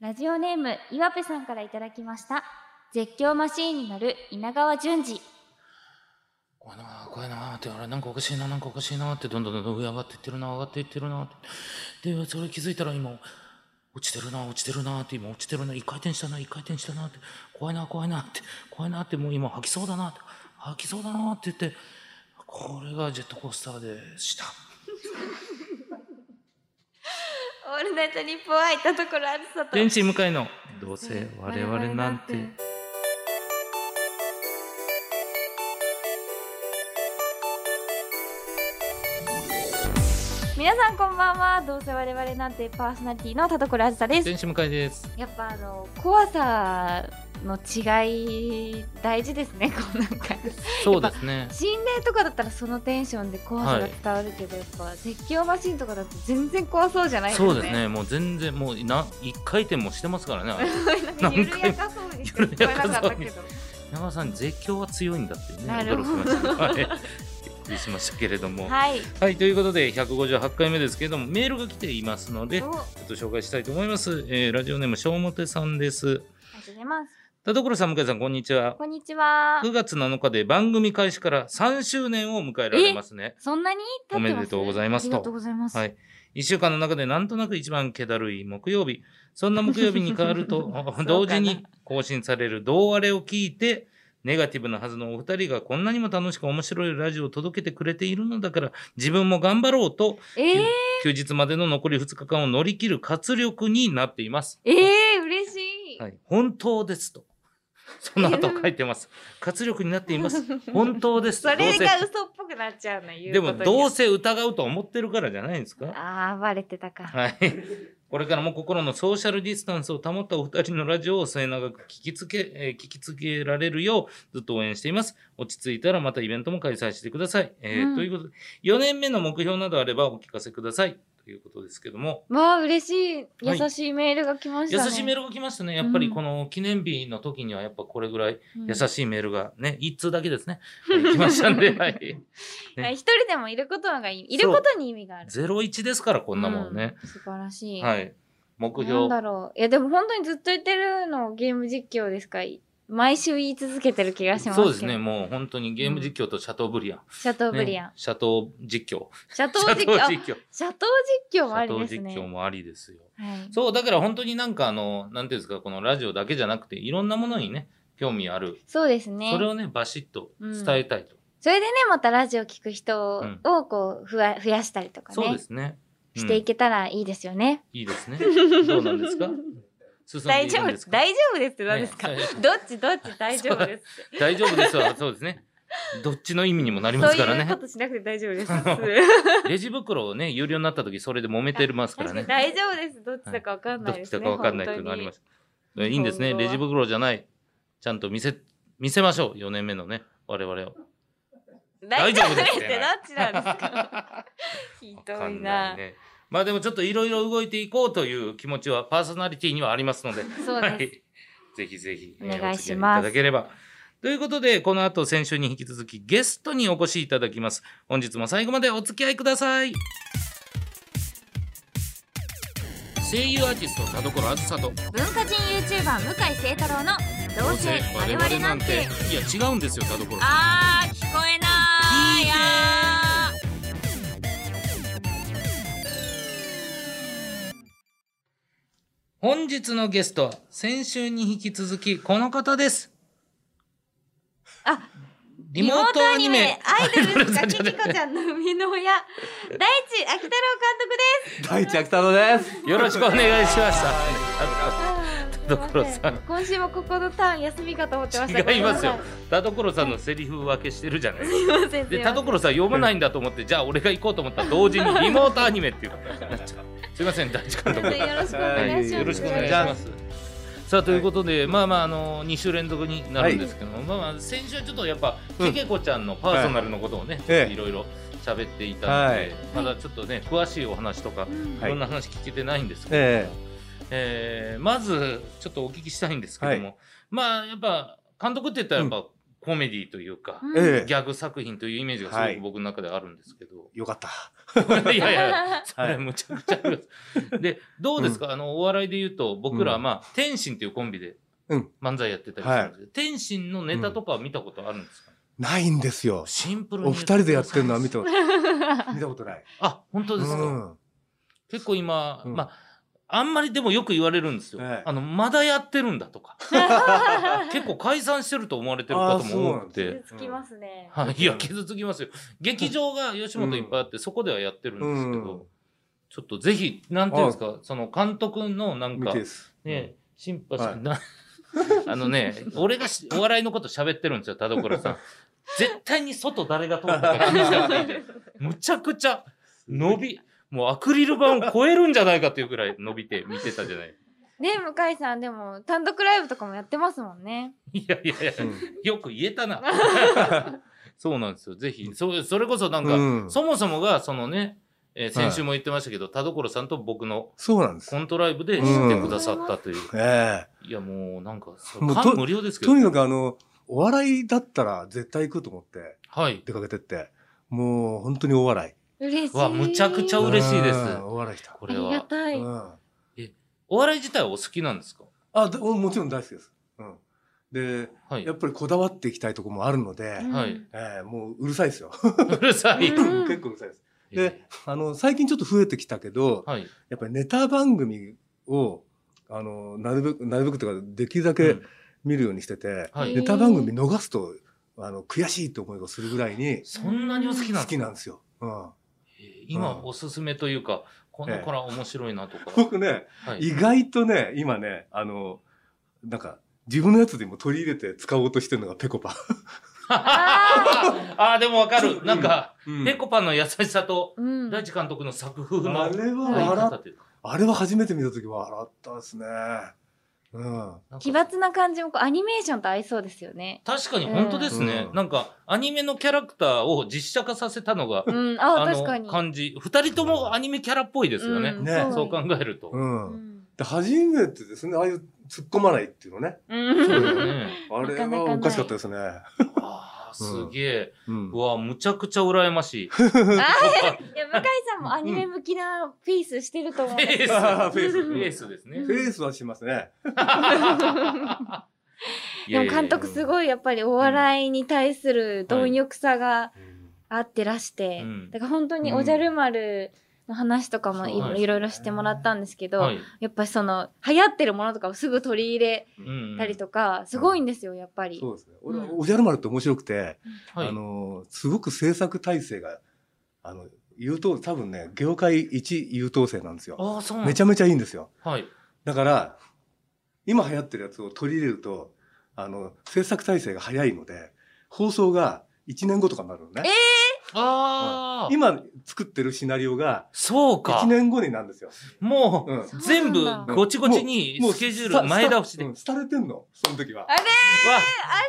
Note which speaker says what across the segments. Speaker 1: ラジオネーム岩部さんからいただきました絶叫マシーンに乗る稲川淳二
Speaker 2: 怖いなあ怖いなあってあれなんかおかしいななんかおかしいなってどんどんどんどん上上がっていってるな上がっていってるなってでそれ気づいたら今落ちてるな落ちてるなって今落ちてるな一回転したな一回転したなって怖いな怖いなって怖いなってもう今吐きそうだなって吐きそうだなって言ってこれがジェットコースターでした
Speaker 1: オールナイトニッポン愛ったところあるさと
Speaker 2: 天使向かいのどうせ我々なんて
Speaker 1: 皆さんこんばんはどうせ我々なんてパーソナリティの田所あずさです
Speaker 2: 天使向かいです
Speaker 1: やっぱあの怖さの違い大事ですねこうなんか
Speaker 2: そうですね
Speaker 1: 心霊とかだったらそのテンションで怖さが伝わるけど、やっぱ絶叫マシンとかだと全然怖そうじゃないですね
Speaker 2: そうですねもう全然もうな一回転もしてますからねあれ
Speaker 1: なんか緩やかそうにして聞こえなかったけど
Speaker 2: 長さん絶叫は強いんだってね
Speaker 1: なる
Speaker 2: 驚
Speaker 1: ほど
Speaker 2: きました、はい、びっくりしましたけれどもはい、
Speaker 1: はい
Speaker 2: ということで158回目ですけれどもメールが来ていますのでちょ
Speaker 1: おあ
Speaker 2: っと紹介したいと思います、えーラジオネームしょうもてさんです
Speaker 1: りがとうございます
Speaker 2: 田所さん向井さんこんにちは
Speaker 1: こんにちは
Speaker 2: 9月7日で番組開始から3周年を迎えられますね
Speaker 1: そんなに経ってます
Speaker 2: おめでとうございます
Speaker 1: あ
Speaker 2: と
Speaker 1: りがとうございます、
Speaker 2: はい1週間の中でなんとなく一番気だるい木曜日そんな木曜日に変わる と
Speaker 1: な
Speaker 2: 同時に更新される「どうあれ」を聞いてネガティブなはずのお二人がこんなにも楽しく面白いラジオを届けてくれているのだから自分も頑張ろうと
Speaker 1: えー、
Speaker 2: 休日までの残り2日間を乗り切る活力になっています。
Speaker 1: えー、嬉しい、
Speaker 2: はい、本当ですと。その後書いてます。活力になって います。本当で す
Speaker 1: そ
Speaker 2: と。
Speaker 1: れ
Speaker 2: どうせ
Speaker 1: が嘘っぽくなっちゃうの言う
Speaker 2: で
Speaker 1: こ
Speaker 2: も
Speaker 1: とに
Speaker 2: どうせ疑うと思ってるからじゃないんですか
Speaker 1: ああバレてたか
Speaker 2: はい。これからも心のソーシャルディスタンスを保ったお二人のラジオを末永く聞きつけ、えー聞きつけられるようずっと応援しています。落ち着いたらまたイベントも開催してください。えー
Speaker 1: うん
Speaker 2: ということで、4年目の目標などあればお聞かせください。ということですけども、
Speaker 1: わあ嬉しい優しいメールが来ました
Speaker 2: 優
Speaker 1: ね、
Speaker 2: しいメールが来ましたね。やっぱりこの記念日の時にはやっぱこれぐらい
Speaker 1: い、
Speaker 2: 優しいメールがね、一通だけですね。はい来ました んで、はい。
Speaker 1: うんはい一人でもいることがいいいることに意味がある
Speaker 2: 01ですから、こんなもんね。
Speaker 1: う素晴らしい、
Speaker 2: はい。目
Speaker 1: なん
Speaker 2: 標。
Speaker 1: だろういやでも本当にずっと言ってるのをゲーム実況ですか毎週言い続けてる気がしますけ
Speaker 2: そ
Speaker 1: ど
Speaker 2: うですね、もう本当にゲーム実況とシャトーブリアン。
Speaker 1: シャトーブリアン、
Speaker 2: ねシャトー実況。
Speaker 1: シャト
Speaker 2: シ
Speaker 1: ー
Speaker 2: ャ
Speaker 1: 実
Speaker 2: ト
Speaker 1: 況
Speaker 2: ー
Speaker 1: あ
Speaker 2: 実況。
Speaker 1: シャトー実況もあ
Speaker 2: シャト
Speaker 1: りで
Speaker 2: ー
Speaker 1: す
Speaker 2: 実
Speaker 1: ね
Speaker 2: 況もありですよ。
Speaker 1: はい
Speaker 2: そう、だから本当になんかあの、なんていうんですか、このラジオだけじゃなくて、いろんなものにね、興味ある。
Speaker 1: そうですね
Speaker 2: それをね、バシッと伝えたいと。
Speaker 1: それでねまたラジオ聞く人
Speaker 2: うん
Speaker 1: をこうふわ増やしたりとかね
Speaker 2: そうですね。うん
Speaker 1: していけたらいいですよね、
Speaker 2: いいです ね。どうなんですか進んで
Speaker 1: 大
Speaker 2: い
Speaker 1: 丈
Speaker 2: るん
Speaker 1: 夫
Speaker 2: ですか
Speaker 1: 大丈夫ですって何ですか、
Speaker 2: ね
Speaker 1: どっちどっち大丈夫ですって
Speaker 2: 大丈夫ですわ。そうですね。どっちの意味にもなりま
Speaker 1: そう
Speaker 2: すから
Speaker 1: いうこ
Speaker 2: ね。
Speaker 1: としなくて大丈夫 です
Speaker 2: レジ袋をね、有料になった時、それで揉めてますからね。
Speaker 1: 大丈夫ですどっちだかわかん
Speaker 2: ど
Speaker 1: な
Speaker 2: っ
Speaker 1: いで
Speaker 2: ち
Speaker 1: す
Speaker 2: だ
Speaker 1: ね
Speaker 2: かわかんないっていうのがありますす。いいんですね。
Speaker 1: 今後
Speaker 2: レ
Speaker 1: は
Speaker 2: ジ袋じゃない。ちゃんと見せ、見せましょう。4年目のね、我々を。
Speaker 1: 大丈夫ですっ
Speaker 2: 大
Speaker 1: てどっちなんですか ひ
Speaker 2: わ
Speaker 1: ど
Speaker 2: か
Speaker 1: い
Speaker 2: ん
Speaker 1: な
Speaker 2: ね。まあでもちょっといろいろ動いていこうという気持ちはパーソナリティにはありますので、
Speaker 1: そう
Speaker 2: は
Speaker 1: です、
Speaker 2: い。ぜひぜひ、えー
Speaker 1: お願いします
Speaker 2: お付き合いいただければ。ということで、この後先週に引き続きゲストにお越しいただきます。本日も最後までお付き合いください。声優アーティスト田所あずさと
Speaker 1: 文化人 YouTuber 向井聖太郎の「どうせ我々なんて
Speaker 2: いや違うんですよ田所」さん
Speaker 1: あー聞こえないや
Speaker 2: 本日のゲストは先週に引き続きこの方です
Speaker 1: あ
Speaker 2: リモートアニメ
Speaker 1: アイドルズ
Speaker 2: ア
Speaker 1: か
Speaker 2: イド
Speaker 1: き
Speaker 2: ルズ
Speaker 1: きこちゃんの生みの親大地秋太郎監督です
Speaker 3: 大着太郎です。
Speaker 2: よろしくお願いします田 所
Speaker 1: すいませ
Speaker 2: さ
Speaker 1: ん今週もここのターン休みかと思ってました
Speaker 2: ん違いますよ
Speaker 1: ごめんなさ
Speaker 2: 田所さんのセリフ分けしてるじゃない
Speaker 1: いすいませんすい
Speaker 2: で
Speaker 1: ま
Speaker 2: 田
Speaker 1: せん
Speaker 2: 所さん読まないんだと思ってじゃあ俺が行こうと思ったら同時にリモートアニメっていうことになっちゃうすいません大地監督
Speaker 1: よろしくお願いします、
Speaker 3: は
Speaker 2: よろしくお願いします。さあということで、まあまああの2週連続になるんですけども、まあまあ先週はちょっとやっぱ、
Speaker 3: うん
Speaker 2: けけこちゃんのパーソナルのことをね、
Speaker 3: ええ
Speaker 2: いろいろ喋っていたので、
Speaker 3: はい
Speaker 2: まだちょっとね詳しいお話とか、
Speaker 1: うん
Speaker 2: い、ろんな話聞けてないんですけど、
Speaker 3: え
Speaker 2: えーまずちょっとお聞きしたいんですけども、まあやっぱ監督って言ったらやっぱ、コメディというか、
Speaker 1: うん
Speaker 3: ええ
Speaker 2: ギャグ作品というイメージがす
Speaker 3: は
Speaker 2: ご
Speaker 3: い
Speaker 2: く僕の中であるんですけ ど、
Speaker 3: よかった。
Speaker 2: い、やいや それむちゃくちゃありますでどうですか、あのお笑いで言うと僕らはまあ、天心っていうコンビで
Speaker 3: うん
Speaker 2: 漫才やってたりするんですけど、天心のネタとかは見たことあるんですか、
Speaker 3: ないんですよ。
Speaker 2: シンプルに
Speaker 3: お二人でやってるのは 見たこと見たことない。
Speaker 2: あ本当ですか、
Speaker 3: うん
Speaker 2: 結構今、
Speaker 3: うん
Speaker 2: まああんまりでもよく言われるんですよ、
Speaker 3: ええ
Speaker 2: あのまだやってるんだと か結構解散してると思われてる方
Speaker 3: あそう
Speaker 2: も
Speaker 3: な
Speaker 2: 多
Speaker 3: ん
Speaker 2: く
Speaker 3: で
Speaker 1: 傷
Speaker 2: て。
Speaker 3: す
Speaker 1: つきますね。
Speaker 2: はい、いや傷つきますよ劇場が吉本いっぱいあって、そこではやってるんですけど、
Speaker 3: うん
Speaker 2: ちょっとぜひなんていうんですかその監督のなん
Speaker 3: 見
Speaker 2: か
Speaker 3: てです。
Speaker 2: ねシンパシー、
Speaker 3: はい
Speaker 2: なあのね俺がしお笑いのこと喋ってるんですよ田所 さん絶対に外誰が通ったか気にしなくていいんでむちゃくちゃ伸びもうアクリル板を超えるんじゃないかっていうぐらい伸びて見てたじゃない
Speaker 1: ね向井さんでも単独ライブとかもやってますもんね。
Speaker 2: いやいやいや、
Speaker 3: うん
Speaker 2: よく言えた なそうなんですよぜひそそれこそなんか、
Speaker 3: うん
Speaker 2: そもそもがそのね、えー先週も言ってましたけど、田所さんと僕の
Speaker 3: そうなんです
Speaker 2: コ。ントライブで知ってくださったという、
Speaker 3: え
Speaker 2: いやもうなんかそう
Speaker 3: もうと
Speaker 2: 感無量です
Speaker 3: え
Speaker 2: けど
Speaker 3: とにかくあの、お笑いだったら絶対行くと思って
Speaker 2: はい
Speaker 3: 出かけてって、もう本当にお笑
Speaker 1: 嬉しい。
Speaker 2: わむちゃくちゃ
Speaker 3: い。
Speaker 2: 嬉しいです
Speaker 3: うんお笑い来た。
Speaker 2: こ
Speaker 1: あ
Speaker 2: れ
Speaker 1: りが
Speaker 2: は
Speaker 1: たい。
Speaker 3: うん
Speaker 2: お笑い自体はお好きなんですか
Speaker 3: あ、でももちろん大好きです。うん。で、
Speaker 2: はい
Speaker 3: やっぱりこだわっていきたいところもあるので、
Speaker 1: うん
Speaker 2: はい。
Speaker 3: ええもううるさいですよ。
Speaker 2: うるさい、
Speaker 1: うん
Speaker 3: 結構うるさいです。で、あの、最近ちょっと増えてきたけど、
Speaker 2: はい
Speaker 3: やっぱりネタ番組を、あの、なるべく、なるべくというか、できるだ
Speaker 2: う
Speaker 3: け
Speaker 2: ん
Speaker 3: 見るようにしてて、
Speaker 2: はい
Speaker 3: ネタ番組逃すと、あの、悔しいって思いをするぐらいに、
Speaker 2: そんなにお好きなん
Speaker 3: 好
Speaker 2: ですか
Speaker 3: きなんですよ。うん。
Speaker 2: えー今
Speaker 3: うん
Speaker 2: おすすめというかこの子ら面白いなとか、
Speaker 3: 僕ね、
Speaker 2: はい、
Speaker 3: 意外とね、今ね、あの、なんか、自分のやつでも取り入れて使おうとしてるのがペコパ。
Speaker 1: あ
Speaker 2: あーでもわかるなんか、
Speaker 3: うん
Speaker 2: ペコパの優しさと
Speaker 1: うん。
Speaker 2: 大地監督の作風の
Speaker 3: あれは
Speaker 2: 入り
Speaker 3: 笑っ
Speaker 2: 方というか
Speaker 3: あれは初めて見た時は笑ったですね。うん。
Speaker 2: なんか
Speaker 1: 奇抜な感じもこうアニメーションと合いそうですよね。
Speaker 2: 確かに本当ですね、
Speaker 3: うん
Speaker 2: なんかアニメのキャラクターを実写化させたのが
Speaker 1: うん、あ
Speaker 2: あ
Speaker 1: 確か
Speaker 2: の
Speaker 1: に。
Speaker 2: 感じ二人ともアニメキャラっぽいですよね、
Speaker 1: うん
Speaker 3: ね
Speaker 2: そう考えると、
Speaker 3: うん。
Speaker 1: うん
Speaker 3: で初めてですね、ああいう突っ込まないっていうのね。
Speaker 1: うん
Speaker 2: そうですね
Speaker 3: あれ
Speaker 1: なかなかな
Speaker 3: はいおかしかったですね。
Speaker 2: ああ、すげえ。
Speaker 3: うん
Speaker 2: うわ、むちゃくちゃ羨ましい。
Speaker 1: あいや向井さんもアニメ向きなフェイスしてると思
Speaker 2: フ
Speaker 1: う。
Speaker 2: ェース。フ
Speaker 3: あーフェイス
Speaker 2: ェースですね。
Speaker 3: フェイスはしますね。
Speaker 2: いや
Speaker 1: でも
Speaker 2: いやい
Speaker 1: 監
Speaker 2: や
Speaker 1: 督すごいやっぱりお笑いに対する貪欲さがあってらして、
Speaker 2: うん
Speaker 1: だから本当におじゃる丸の話とかもい,、
Speaker 2: そうですね
Speaker 1: ろいろしてもらったんですけど、
Speaker 2: はい。
Speaker 1: やっぱりその流行ってるものとかをすぐ取り入れ
Speaker 2: うん
Speaker 1: たりとか、すごいんですよやっぱり。
Speaker 3: そうですね。俺、
Speaker 1: うん
Speaker 3: おじゃる丸って面白くて、
Speaker 2: はい
Speaker 3: あの、すごく制作体制が、あの、優等、多分ね、業界一優等生なんですよ。
Speaker 2: ああ、そうなん
Speaker 3: めちゃめちゃいいんですよ。
Speaker 2: はい。
Speaker 3: だから、今流行ってるやつを取り入れると、あの、制作体制が早いので、放送が1年後とかになるのね。
Speaker 2: ああ、
Speaker 3: 今作ってるシナリオが
Speaker 2: そうか
Speaker 3: 1。年後になるんですよ。
Speaker 2: も
Speaker 3: うん。
Speaker 2: う、全部ごちごちにスケジュール前倒しで。
Speaker 3: う
Speaker 2: わ
Speaker 3: ん廃れてんの、その時は。
Speaker 1: あ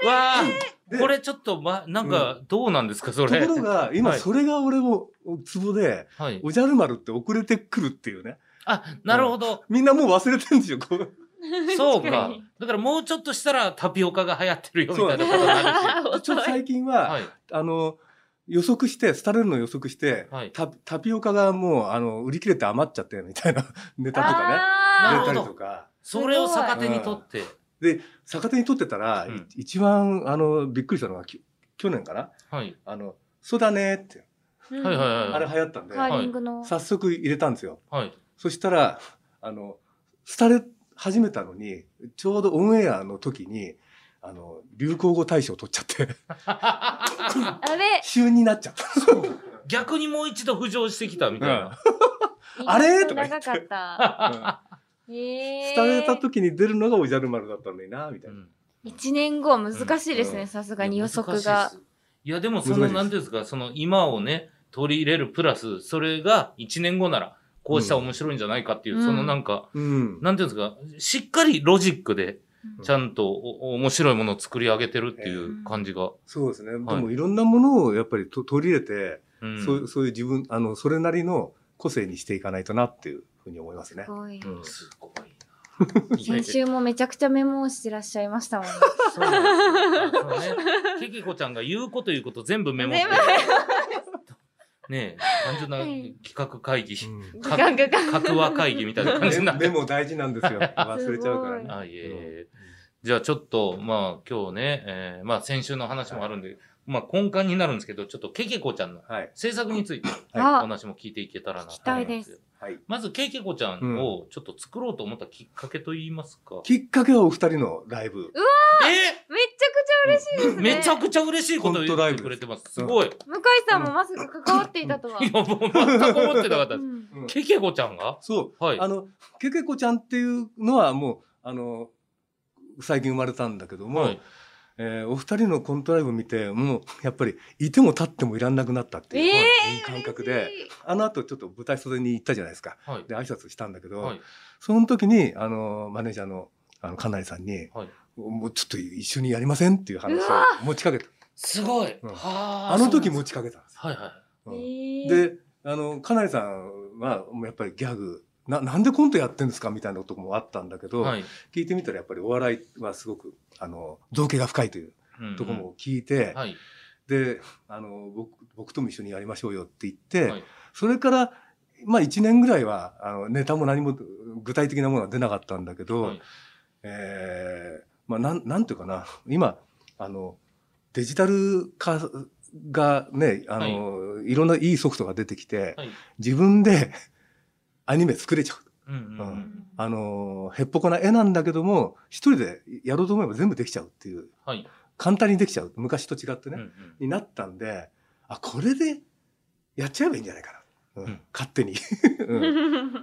Speaker 1: れ
Speaker 2: わ
Speaker 3: で
Speaker 2: これちょっと、ま、なんか、どうなんですか、それ
Speaker 3: とこ。ろが、今
Speaker 2: はい
Speaker 3: それが俺もツボで、
Speaker 2: はい。
Speaker 3: おじゃる丸って遅れてくるっていうね。
Speaker 2: あ、なるほど。
Speaker 3: みんなもう忘れてんですよ、こう。
Speaker 2: そう
Speaker 1: 確
Speaker 2: か
Speaker 1: に。
Speaker 2: だからもうちょっとしたらタピオカが流行ってるよみたいなことになるし。
Speaker 3: ちょっ と最近は、
Speaker 2: はい。
Speaker 3: あの、予測して、廃れるの予測して、
Speaker 2: はい
Speaker 3: タタピオカがもう、あの、売り切れて余っちゃって、みたいな ネタとかね。
Speaker 2: な
Speaker 1: あ
Speaker 2: る
Speaker 3: 入
Speaker 2: ほ
Speaker 3: れ
Speaker 2: ど
Speaker 3: たりとか。
Speaker 2: それを逆手にとって。
Speaker 3: で、逆手に取ってたら、
Speaker 2: うん
Speaker 3: い一番、あの、びっくりしたのが、き去年かな
Speaker 2: はい。
Speaker 3: あの、そうだねって、
Speaker 1: ーうん
Speaker 2: はいはいはい
Speaker 3: あれ流行ったんで、
Speaker 1: カーリングの、
Speaker 3: 早速入れたんですよ。
Speaker 2: はい。
Speaker 3: そしたら、あの、廃れ始めたのに、ちょうどオンエアの時に、あの、流行語大賞取っちゃって、
Speaker 1: あれ
Speaker 3: 旬になっちゃった。
Speaker 2: 逆にもう一度浮上してきたみたいな。
Speaker 3: あれとか言って
Speaker 1: 長かった。
Speaker 3: うん
Speaker 1: ええ
Speaker 3: 廃れた時に出るのがおじゃる丸だったのにな、みたいな。
Speaker 1: 一年後は難しいです
Speaker 3: う
Speaker 1: ね、
Speaker 3: ん
Speaker 1: さすがに予測
Speaker 2: いや難
Speaker 1: が
Speaker 2: しい。ですいや、でもその、
Speaker 3: 難しいです
Speaker 2: なんていうんですか、その今をね、取り入れるプラス、それが1年後なら、こうしたら面白いんじゃないかっていう、
Speaker 1: うん
Speaker 2: そのなんか、
Speaker 3: うん。
Speaker 2: なんていうんですか、しっかりロジックで
Speaker 1: う、ん
Speaker 2: ちゃんとお面白いものを作り上げてるっていう感じが。
Speaker 3: そうですね。でもいろんなものをやっぱりと取り入れて、
Speaker 2: うん
Speaker 3: そうそういう自分、あの、それなりの個性にしていかないとなっていうふうに思いますね
Speaker 1: す。ごい。
Speaker 3: うん
Speaker 2: すごい
Speaker 1: 先週もめちゃくちゃメモをしてらっしゃいましたもんね。
Speaker 2: そうなんですよそうね。 けきこちゃんが言うこと言うこと全部メモって
Speaker 1: 全部メモ。
Speaker 2: ねえ、単純な
Speaker 1: はい
Speaker 2: 企画会議、
Speaker 3: うん
Speaker 1: ガンガンガン
Speaker 2: 格話会議みたいな感じになっ
Speaker 3: メ
Speaker 2: て。
Speaker 3: モ大事なんですよ。忘れちゃうから
Speaker 1: す
Speaker 3: ね。
Speaker 2: あ、いえいえ。じゃあちょっと、まあ今日ね、えーまあ先週の話もあるんで、まあ根幹になるんですけど、ちょっとけきこちゃんの
Speaker 3: はい。
Speaker 2: 制作について
Speaker 3: はい
Speaker 2: お
Speaker 1: あ
Speaker 2: 話も聞いていけたらなと
Speaker 1: 聞き
Speaker 2: 思
Speaker 1: た
Speaker 2: い
Speaker 1: い
Speaker 2: ま
Speaker 1: ですす。
Speaker 3: はい。
Speaker 2: まずけきこちゃんをちょっと作ろうと思ったきっかけといいますか。
Speaker 3: きっかけはお二人のライブ。
Speaker 2: え
Speaker 1: めちゃくちゃ嬉しいですね。
Speaker 2: めちゃくちゃ嬉しいことを言ってくれてます。すごい。
Speaker 1: 向井さんもまさか関わっていたとは。
Speaker 2: いや、もう全く思ってなかった
Speaker 1: う
Speaker 2: です。
Speaker 1: ん
Speaker 3: うん
Speaker 2: けけこちゃんが
Speaker 3: そう。
Speaker 2: はい
Speaker 3: あ。の、けけこちゃんっていうのはもう、あの、最近生まれたんだけども、
Speaker 2: はい
Speaker 3: えーお二人のコントライブ見て、もう、やっぱり、いても立ってもいらんなくなったって
Speaker 1: え
Speaker 3: いう、
Speaker 1: え
Speaker 3: いい
Speaker 1: ー、
Speaker 3: 感覚で、
Speaker 1: 嬉しい
Speaker 3: あの後ちょっと舞台袖に行ったじゃないですか。
Speaker 2: はい。
Speaker 3: で、挨拶したんだけど、
Speaker 2: はい。
Speaker 3: その時に、あの、マネージャーの、あの、かなりさんに、
Speaker 2: はい
Speaker 3: もうちょっと一緒にやりませんっていう話
Speaker 1: う
Speaker 3: を持ちかけた。
Speaker 2: すごい。
Speaker 3: うん
Speaker 2: はあ。
Speaker 3: あの時
Speaker 2: そうなん
Speaker 3: 持
Speaker 2: です
Speaker 3: ちかけたんです。
Speaker 2: はいはい。
Speaker 3: うん
Speaker 1: えー
Speaker 3: で、あの、かなりさんは、もうやっぱりギャグ、な、なんでコントやってんですかみたいなとこもあったんだけど、
Speaker 2: はい。
Speaker 3: 聞いてみたらやっぱりお笑いはすごく、あの、造形が深いという
Speaker 2: うん
Speaker 3: とこも聞いて、
Speaker 2: はい。
Speaker 3: で、あの、僕、僕とも一緒にやりましょうよって言って、
Speaker 2: はい
Speaker 3: それから、まあ一年ぐらいは、あの、ネタも何も具体的なものは出なかったんだけど、
Speaker 2: はい
Speaker 3: えーまあなん、なんていうかな、今、あの、デジタル化がね、あの、い、ろんないいソフトが出てきて、
Speaker 2: はい
Speaker 3: 自分で アニメ作れちゃう。
Speaker 2: うんうんう。
Speaker 1: うんん
Speaker 3: あの、へっぽこな絵なんだけども、一人でやろうと思えば全部できちゃうっていう、
Speaker 2: はい。
Speaker 3: 簡単にできちゃう。昔と違って
Speaker 2: うんう
Speaker 3: ね、
Speaker 2: ん
Speaker 3: になったんで、あ、これでやっちゃえばいいんじゃないかな。う
Speaker 2: う
Speaker 3: ん
Speaker 2: ん
Speaker 3: 勝手 に、うん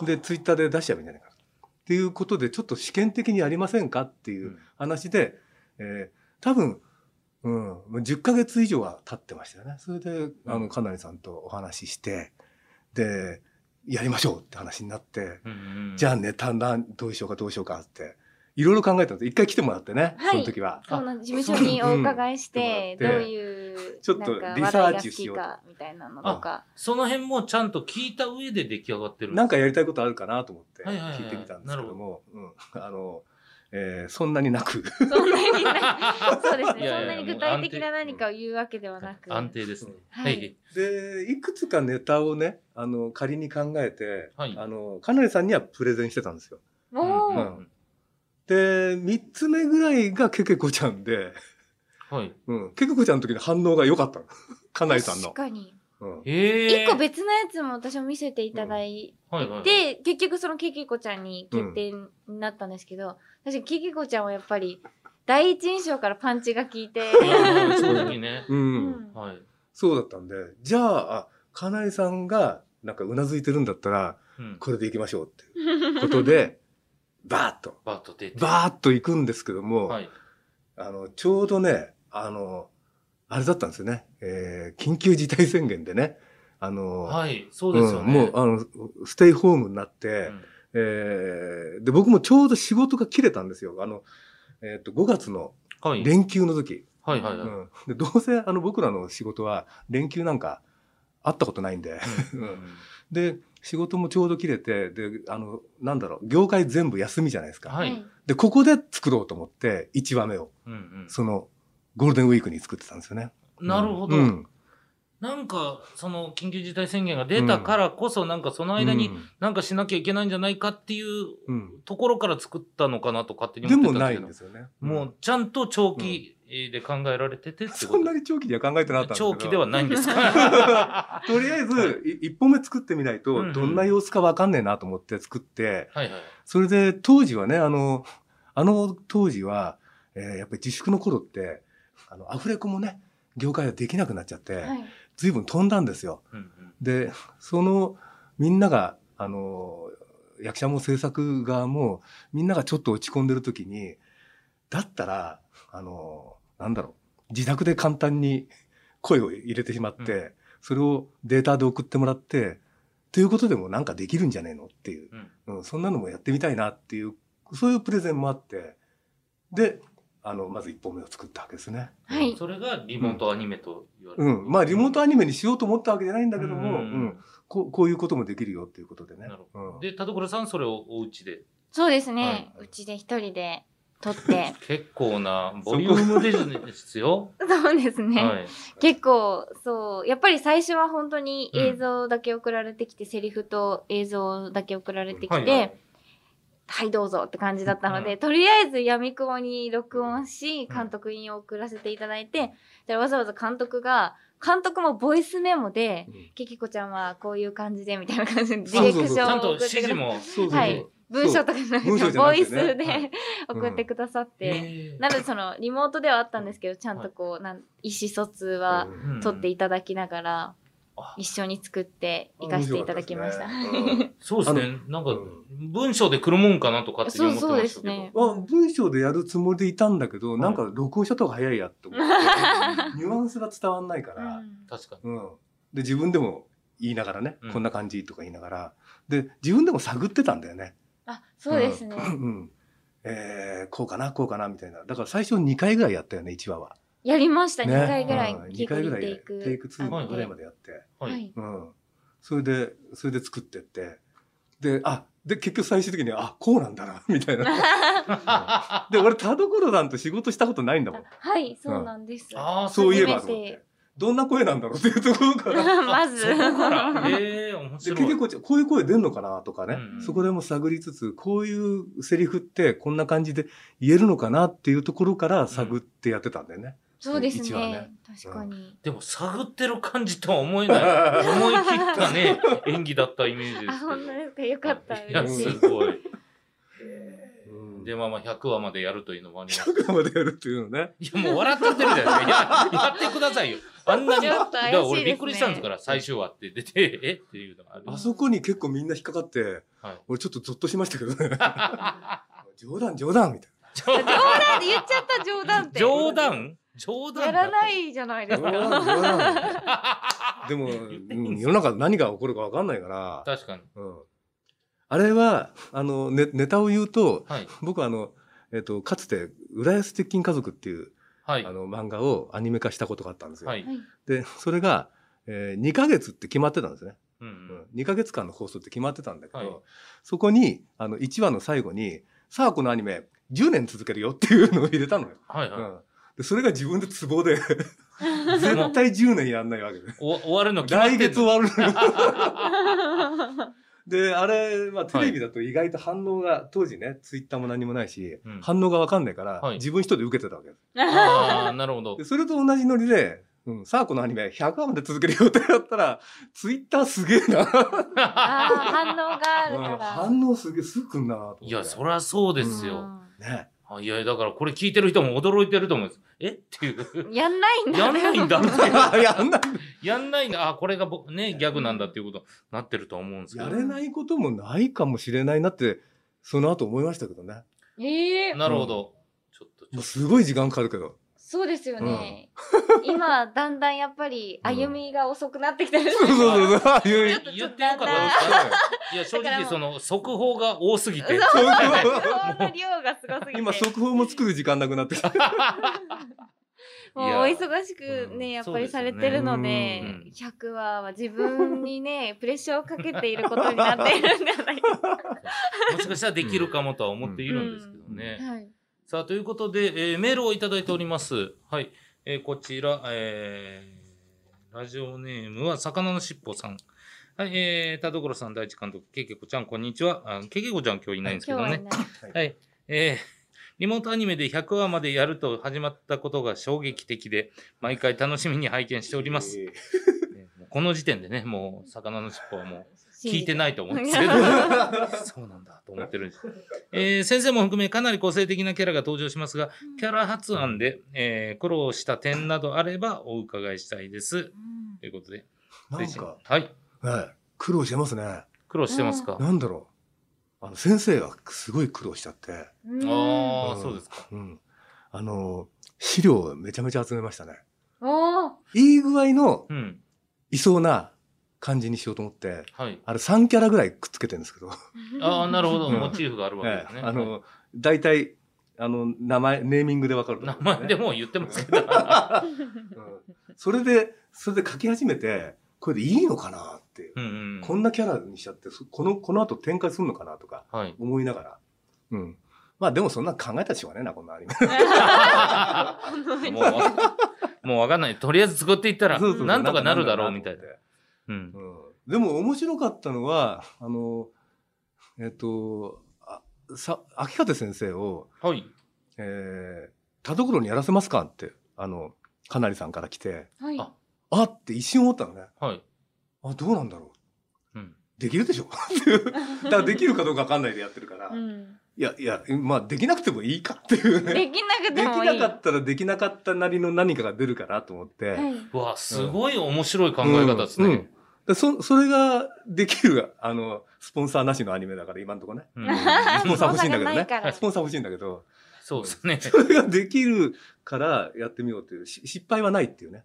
Speaker 3: うんで、ツイッターで出しちゃえばいいんじゃないかな。っていうことで、ちょっと試験的にやりませんかっていう話で、えー多分、うん、もう10ヶ月以上は経ってましたよね。それで、あの、かなりさんとお話しして、で、やりましょうって話になって、
Speaker 2: うんうん
Speaker 3: じゃあね、単談どうしようかどうしようかって、いろいろ考えたんです。一回来てもらってね、
Speaker 1: はい
Speaker 3: その時は。
Speaker 1: そうなんです事務所にお伺いして、
Speaker 3: うん
Speaker 1: どういう
Speaker 3: ちょっと
Speaker 1: なんか
Speaker 3: リサーチしよう
Speaker 1: 話題が好きかみたいなのとか
Speaker 2: その辺もちゃんと聞いた上で出来上がってる。
Speaker 3: なんかやりたいことあるかなと思って
Speaker 2: はいはいはい
Speaker 3: 聞いてみたんですけども、うん、あの、えーそんなになく、
Speaker 1: そんなにない そうですね
Speaker 2: いやいや
Speaker 1: そんなに具体的な何かを言うわけではなく
Speaker 2: 安定ですね。は
Speaker 1: はい
Speaker 2: い。
Speaker 3: で、いくつかネタをね、あの、仮に考えて、
Speaker 2: はい
Speaker 3: あの、かなりさんにはプレゼンしてたんですよ。
Speaker 1: もう、
Speaker 2: うんん
Speaker 3: で、三つ目ぐらいがけけこちゃんで、
Speaker 2: はい。
Speaker 3: うん、けけこちゃんの時の反応が良かったの。かなりさん
Speaker 1: 確
Speaker 3: の。
Speaker 1: かに
Speaker 3: うん、
Speaker 2: ええ。
Speaker 1: 一個別のやつも私も見せていただい
Speaker 2: はいはいはい
Speaker 1: て、結局そのケキコちゃんに決定になったんですけど、私ケキコちゃんはやっぱり第一印象からパンチが効いて、
Speaker 2: うん正直ね。
Speaker 3: う
Speaker 1: うんん
Speaker 2: はい。
Speaker 3: そうだったんで、じゃあ、あかなりさんが、なんかうなずいてるんだったら、
Speaker 2: うん。
Speaker 3: これでいきましょうっていうこ とで、バーッと、
Speaker 2: バッと出て。
Speaker 3: バーッと行くんですけども、
Speaker 2: はい。
Speaker 3: あの、ちょうどね、あの、あれだったんですよね。えー緊急事態宣言でね、あの、
Speaker 2: はい。そうですよね。
Speaker 3: んもう、あの、ステイホームになっ
Speaker 2: う
Speaker 3: て、
Speaker 2: ん
Speaker 3: えーで、僕もちょうど仕事が切れたんですよ。あの、えっ、と、5月の
Speaker 2: はい。
Speaker 3: 連休の時。
Speaker 2: はいはいは
Speaker 3: う
Speaker 2: い。
Speaker 3: ん、でどうせ、あの、僕らの仕事は連休なんかあったことないんで。
Speaker 2: うん
Speaker 3: うんで、仕事もちょうど切れて、で、あの、なんだろう、業界全部休みじゃないですか。
Speaker 2: は
Speaker 1: はいい。
Speaker 3: で、ここで作ろうと思って、1話目を、
Speaker 2: うんうん
Speaker 3: その、ゴールデンウィークに作ってたんですよね。
Speaker 2: なるほど
Speaker 3: う。ん。
Speaker 2: なんか、その、緊急事態宣言が出たからこそ、なんかその間に、なんかしなきゃいけないんじゃないかっていう
Speaker 3: うん、うん
Speaker 2: ところから作ったのかなと勝手に
Speaker 3: で
Speaker 2: 思
Speaker 3: も
Speaker 2: ってた
Speaker 3: なんい
Speaker 2: ですけ
Speaker 3: ん
Speaker 2: ど
Speaker 3: で。すよね。
Speaker 2: もう、ちゃんと長期で考えられててってこ
Speaker 3: そ
Speaker 2: と
Speaker 3: んなに長期には考えてなかったんです
Speaker 2: 長期
Speaker 3: けど
Speaker 2: ではないんですか
Speaker 3: とりあえ
Speaker 2: は
Speaker 3: ず、い一本目作ってみない
Speaker 2: うんう
Speaker 3: と、
Speaker 2: ん
Speaker 3: どんな様子かわかんねえなと思って作って、
Speaker 2: はいはい。
Speaker 3: それで当時はね、あの、あの当時は、えーやっぱり自粛の頃って、あの、アフレコもね、業界ができなくなっちゃって、
Speaker 1: はい
Speaker 3: 随分飛んだんですよ。
Speaker 2: うんうん
Speaker 3: で、その、みんなが、あの、役者も制作側も、みんながちょっと落ち込んでる時に、だったら、あの、なんだろう、自宅で簡単に声を入れてしまって、
Speaker 2: う
Speaker 3: それをデータで送ってもらって、ということでもなんかできるんじゃねえのっていう、
Speaker 2: うん
Speaker 3: うん、そんなのもやってみたいなっていう、そういうプレゼンもあって、で、あの、まず一本目を作ったわけですね。
Speaker 1: はい
Speaker 2: それがリモートアニメと言われ
Speaker 3: う
Speaker 2: る。
Speaker 3: ん。まあ、リモートアニメにしようと思ったわけじゃないんだ
Speaker 2: だ
Speaker 3: けども、うんこうこういうこともできるよっていうことでね
Speaker 2: なる。
Speaker 3: うん
Speaker 2: で、田所さん、それをお家で
Speaker 1: そうですね。
Speaker 2: はいう
Speaker 1: ちで一人で撮って。
Speaker 2: 結構なボリュームですよ。
Speaker 1: そうですね。
Speaker 2: はい。
Speaker 1: 結構、そう。やっぱり最初は本当に映像だけ送られてきて、セリフと映像だけ送られてきて、
Speaker 2: は
Speaker 1: はいい、
Speaker 2: はい
Speaker 1: どうぞって感じだったので、
Speaker 2: うん
Speaker 1: とりあえず闇雲に録音し、
Speaker 2: うん
Speaker 1: 監督に送らせていただいて、でわざわざ監督が、監督もボイスメモで、キキコちゃんはこういう感じでみたいな感じで、ディレクシ
Speaker 2: ちゃ
Speaker 1: ョ
Speaker 2: ん
Speaker 1: ンを
Speaker 2: と
Speaker 1: 送っ
Speaker 2: 指
Speaker 1: てく
Speaker 2: 示
Speaker 1: だ
Speaker 2: も。
Speaker 3: そうそうそう。
Speaker 1: はい文章とかじゃな
Speaker 3: 文章
Speaker 1: く
Speaker 3: じ
Speaker 1: て、
Speaker 3: ゃな
Speaker 1: ボ
Speaker 3: く
Speaker 1: イ
Speaker 3: て
Speaker 1: ス
Speaker 3: ね
Speaker 1: で
Speaker 3: はい
Speaker 1: 送ってくださって、
Speaker 2: え
Speaker 1: なのでそのリモートではあったんですけどちゃんとこうなん意思疎通は
Speaker 3: うん
Speaker 2: ー
Speaker 1: 取っていただきながら
Speaker 2: あ
Speaker 1: 一緒に作って行かせていただきました。
Speaker 3: 面白かったですね
Speaker 2: そうですね。なんか、文章で来るもんかなとかって思って ま
Speaker 1: そうそうで
Speaker 2: した
Speaker 1: す
Speaker 2: けど
Speaker 1: ね。
Speaker 3: うんあ文章でやるつもりでいたんだけど、なんか録音した方が早いやって思って、ニュアンスが伝わんないから、
Speaker 2: 確かに。
Speaker 3: うん、で自分でも言いながらね、
Speaker 2: うん
Speaker 3: こんな感じとか言いながらで自分でも探ってたんだよね。
Speaker 1: あそうですね。
Speaker 3: うんうんえーこうかなこうかなみたいなだから最初2回ぐらいやったよね1話は。
Speaker 1: やりました
Speaker 3: ね
Speaker 1: 2回ぐらい
Speaker 3: うん
Speaker 1: 聞
Speaker 3: 二
Speaker 1: いて
Speaker 3: 回ぐ
Speaker 1: い
Speaker 3: らい
Speaker 1: て
Speaker 3: テ
Speaker 1: いく。
Speaker 3: イク
Speaker 1: あ
Speaker 3: 2
Speaker 1: って
Speaker 3: ぐらいまでやって、
Speaker 1: は
Speaker 2: はい。
Speaker 1: い。
Speaker 3: うん、それでそれで作ってってであで結局最終的にあこうなんだな みたいな。
Speaker 2: あ
Speaker 3: で俺田所さんと仕事したことないんだもん
Speaker 1: はいそうなんです。
Speaker 2: あ、
Speaker 3: そういえば
Speaker 1: 初
Speaker 3: と
Speaker 1: め
Speaker 3: 思っててどんな声なんだろうっていうとこ ろか ら。
Speaker 1: まず
Speaker 2: そこ から。ええ、面
Speaker 3: で
Speaker 2: 白
Speaker 3: 結
Speaker 2: い。
Speaker 3: 局こういう声出んのかなとかね、
Speaker 2: うん
Speaker 3: そこでも探りつつこういうセリフってこんな感じで言えるのかなっていうところから探ってやってたんだよね。
Speaker 1: そうです
Speaker 3: 一
Speaker 1: ね
Speaker 3: 話ね
Speaker 1: 確かに。
Speaker 2: でも、探ってる感じとは思えない。 思い切ったね、演技だったイメージで
Speaker 1: あ
Speaker 2: すけど。
Speaker 1: 本当ですかよかった
Speaker 2: いや、
Speaker 1: 嬉し
Speaker 2: す
Speaker 1: い。
Speaker 2: ごい。
Speaker 3: うん
Speaker 2: で、まあまあ、100話までやるというのもあります。
Speaker 3: 100までやるっていうのね。
Speaker 2: いや、もう笑っちゃってるじゃないですか。いや、やってくださいよ。あんなに。
Speaker 1: ちょっと怪しいですね
Speaker 2: だから俺びっくりしたんですから、最終話って出て、えっていうのがある。
Speaker 3: あそこに結構みんな引っかかって、
Speaker 2: はい
Speaker 3: 俺ちょっとゾッとしましたけど ね。冗談冗談みたい
Speaker 1: 冗談で言っちゃった冗談って。
Speaker 2: 冗談冗談。
Speaker 1: やらないいじゃないで
Speaker 3: な。
Speaker 1: す
Speaker 3: 冗
Speaker 1: か。
Speaker 3: 談冗談。でも、 うん世の中何が起こるかわかんないから、
Speaker 2: 確かに。
Speaker 3: うん、あれはあの、ね、ネタを言うと
Speaker 2: はい。
Speaker 3: 僕はあの、えっとかつて「浦安鉄筋家族」っていう
Speaker 2: はい
Speaker 3: あ。の漫画をアニメ化したことがあったんですよ。
Speaker 2: はい。
Speaker 3: で、それが、え2ヶ月って決まってたんですね。
Speaker 2: う
Speaker 3: うん
Speaker 2: ん。
Speaker 3: 2ヶ月間の放送って決まってたんだけど、
Speaker 2: はい
Speaker 3: そこに、あの、1話の最後に、さあこのアニメ、10年続けるよっていうのを入れたのよ。
Speaker 2: はい。
Speaker 3: う
Speaker 2: はい
Speaker 3: ん。で、それが自分でツ ボで、絶対10年やんないわけで。
Speaker 2: お終わるの決まって
Speaker 3: 来
Speaker 2: んの
Speaker 3: 月終わるのよ。
Speaker 1: は
Speaker 3: で、あれ、まあ、テレビだと意外と反応が、当時ね、ツイッターも何もないし、
Speaker 2: うん
Speaker 3: 反応がわかんないから、
Speaker 2: はい
Speaker 3: 自分一人で受けてたわけです。
Speaker 2: ああ、なる ほど
Speaker 3: で。それと同じノリで、うん、さあこのアニメ100話まで続ける予定だったら、ツイッターすげえな。
Speaker 1: あー反応がある
Speaker 3: うん
Speaker 1: から。
Speaker 3: 反応すげえすぐくんだなと思って。
Speaker 2: いや、そりゃそうですよ。
Speaker 3: ね。
Speaker 2: あいや、だからこれ聞いてる人も驚いてると思うんです。えっていう。
Speaker 1: うん。やんないんだ。
Speaker 2: やんないんだ って。
Speaker 3: やんない。
Speaker 2: やんないんだ。あ、これが僕ね、ギャグなんだっていうことになってると思うんですけ
Speaker 3: や
Speaker 2: ど。
Speaker 3: れないこともないかもしれないなって、その後思いましたけどね。
Speaker 1: ええ
Speaker 2: なるほど。ちょっと、ちょ
Speaker 3: もう
Speaker 2: っ
Speaker 3: すごい時間かかる けど。
Speaker 1: そうですよね。今、だんだんやっぱり歩みが遅くなってき てる。
Speaker 3: そうそうそう。ああいう。
Speaker 2: と。言ってよかったですかいや、正
Speaker 1: だから
Speaker 2: 直
Speaker 1: もう
Speaker 2: その、速報が多すぎて。
Speaker 1: そ
Speaker 3: そう
Speaker 1: 情報の量がすごすぎて。
Speaker 3: 今速報も作る時間なくなってきた。
Speaker 1: もうお忙しくね、
Speaker 2: い
Speaker 1: や
Speaker 2: や
Speaker 1: っぱりされてるので
Speaker 2: そう、
Speaker 1: 100話は自分に ね、プレッシャーをかけていることになっているんじゃないか。
Speaker 2: もしかしたらできるかもとは思っているんですけどね。
Speaker 1: はい。
Speaker 2: さあ、ということで、えーメールをいただいております。はい。えーこちら、えーラジオネームは、魚のしっぽさん。はい、えー、田所さん、第一監督、けけこちゃん、こんにちは。あけけこちゃん、今日いないんですけ
Speaker 1: 今日はい
Speaker 2: どね。
Speaker 1: ない。
Speaker 2: はい。えーリモートアニメで100話までやると始まったことが衝撃的で、毎回楽しみに拝見しており ます。
Speaker 3: え
Speaker 2: えーもうこの時点でね、もう、魚のしっぽはもう、聞い て
Speaker 1: ない。
Speaker 2: ないと思うんです けどそうなんだと思ってるんです、えー先生も含めかなり個性的なキャラが登場しますがキャラ発案で、えー苦労した点などあればお伺いしたいですということで
Speaker 3: えなん
Speaker 2: ぜひ
Speaker 3: か、
Speaker 2: はい
Speaker 3: はい。苦労してますね。
Speaker 2: 苦労してますか、あ
Speaker 3: なんだろう。あの、先生がすごい苦労しちゃって。
Speaker 1: うん
Speaker 2: あ
Speaker 3: う
Speaker 2: ー
Speaker 3: ん
Speaker 2: そうですか
Speaker 3: うん。あの、資料をめちゃめちゃ集めましたね。
Speaker 1: おー
Speaker 3: いい具合の
Speaker 2: うん
Speaker 3: いそうな感じにしようと思って、
Speaker 2: はい
Speaker 3: あれ3キャラぐらいくっつけてるんですけど、
Speaker 2: ああな るほど
Speaker 3: うん
Speaker 2: モチーフがあるわけですね、
Speaker 3: ええあ
Speaker 2: はい
Speaker 3: の、大体、あの、名前、ネーミングでわかると思
Speaker 2: 名
Speaker 3: うんすよね
Speaker 2: 前でもう言ってますけど
Speaker 3: うんそれで、それで書き始めて、これでいいのかなっていう、
Speaker 2: うんうん
Speaker 3: こんなキャラにしちゃって、そこの、この後展開するのかなとか
Speaker 2: はい
Speaker 3: 思いながら、うん。まあでもそんな考えたらしょうがないな、こんな アニメ。
Speaker 2: もう、もうわかんない。とりあえず作っていったら、
Speaker 3: そうそうそう
Speaker 2: なんとかなるだろうみたいな。。うん
Speaker 3: う。んでも面白かったのは、あの、えっと、あさ、秋方先生を、
Speaker 2: はい。
Speaker 3: えー、田所にやらせますかって、あの、かなりさんから来て、
Speaker 1: はい。
Speaker 2: あ
Speaker 3: あって一瞬思ったのね。
Speaker 2: はい。
Speaker 3: あ、どうなんだろ
Speaker 2: うん。
Speaker 3: う。できるでしょっていう。だ からできるかどうかわかんないでやってるから。
Speaker 1: う
Speaker 3: い
Speaker 1: ん
Speaker 3: や、いや、まあできなくてもいいかっていうね。
Speaker 1: できなくて
Speaker 3: でき
Speaker 1: もい。
Speaker 3: ないかったらできなかったなりの何かが出るかなと思って。
Speaker 1: はい。
Speaker 2: わあ、すごい面白い考え方です
Speaker 3: うんう
Speaker 2: ね
Speaker 3: ん。でそ、それができる、あの、スポンサーなしのアニメだから、今んとこね。
Speaker 2: うん
Speaker 3: スポンサー欲しいんだけど
Speaker 1: ない
Speaker 3: ね
Speaker 1: か。ら
Speaker 3: スポンサー欲しいんだけど、
Speaker 2: そうですね。
Speaker 3: それができるからやってみようっていう、し失敗はないっていうね。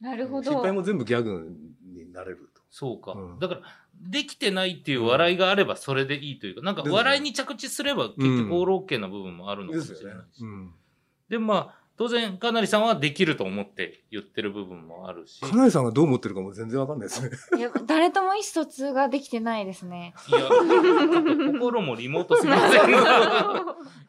Speaker 1: なるほ
Speaker 3: 失
Speaker 1: ど。
Speaker 3: 敗も全部ギャグになれる
Speaker 2: そうか
Speaker 3: う。ん
Speaker 2: だから、できてないっていう笑いがあればそれでいいというか、なんか
Speaker 3: ですね
Speaker 2: 笑いに着地すれば結局オールオッケーな部分もある
Speaker 3: と。
Speaker 2: のか
Speaker 3: で
Speaker 2: も
Speaker 3: す
Speaker 2: し
Speaker 3: よ
Speaker 2: れな
Speaker 3: ね
Speaker 2: い。し
Speaker 3: う。ん。
Speaker 2: で、まあ、当然、かなりさんはできると思って言ってる部分もあるし。
Speaker 3: かなりさんがどう思ってるかも全然わかんないですね。
Speaker 1: いや誰とも意思疎通ができてないです ね。
Speaker 2: いや、ちょっと心もリモートすぎませ ん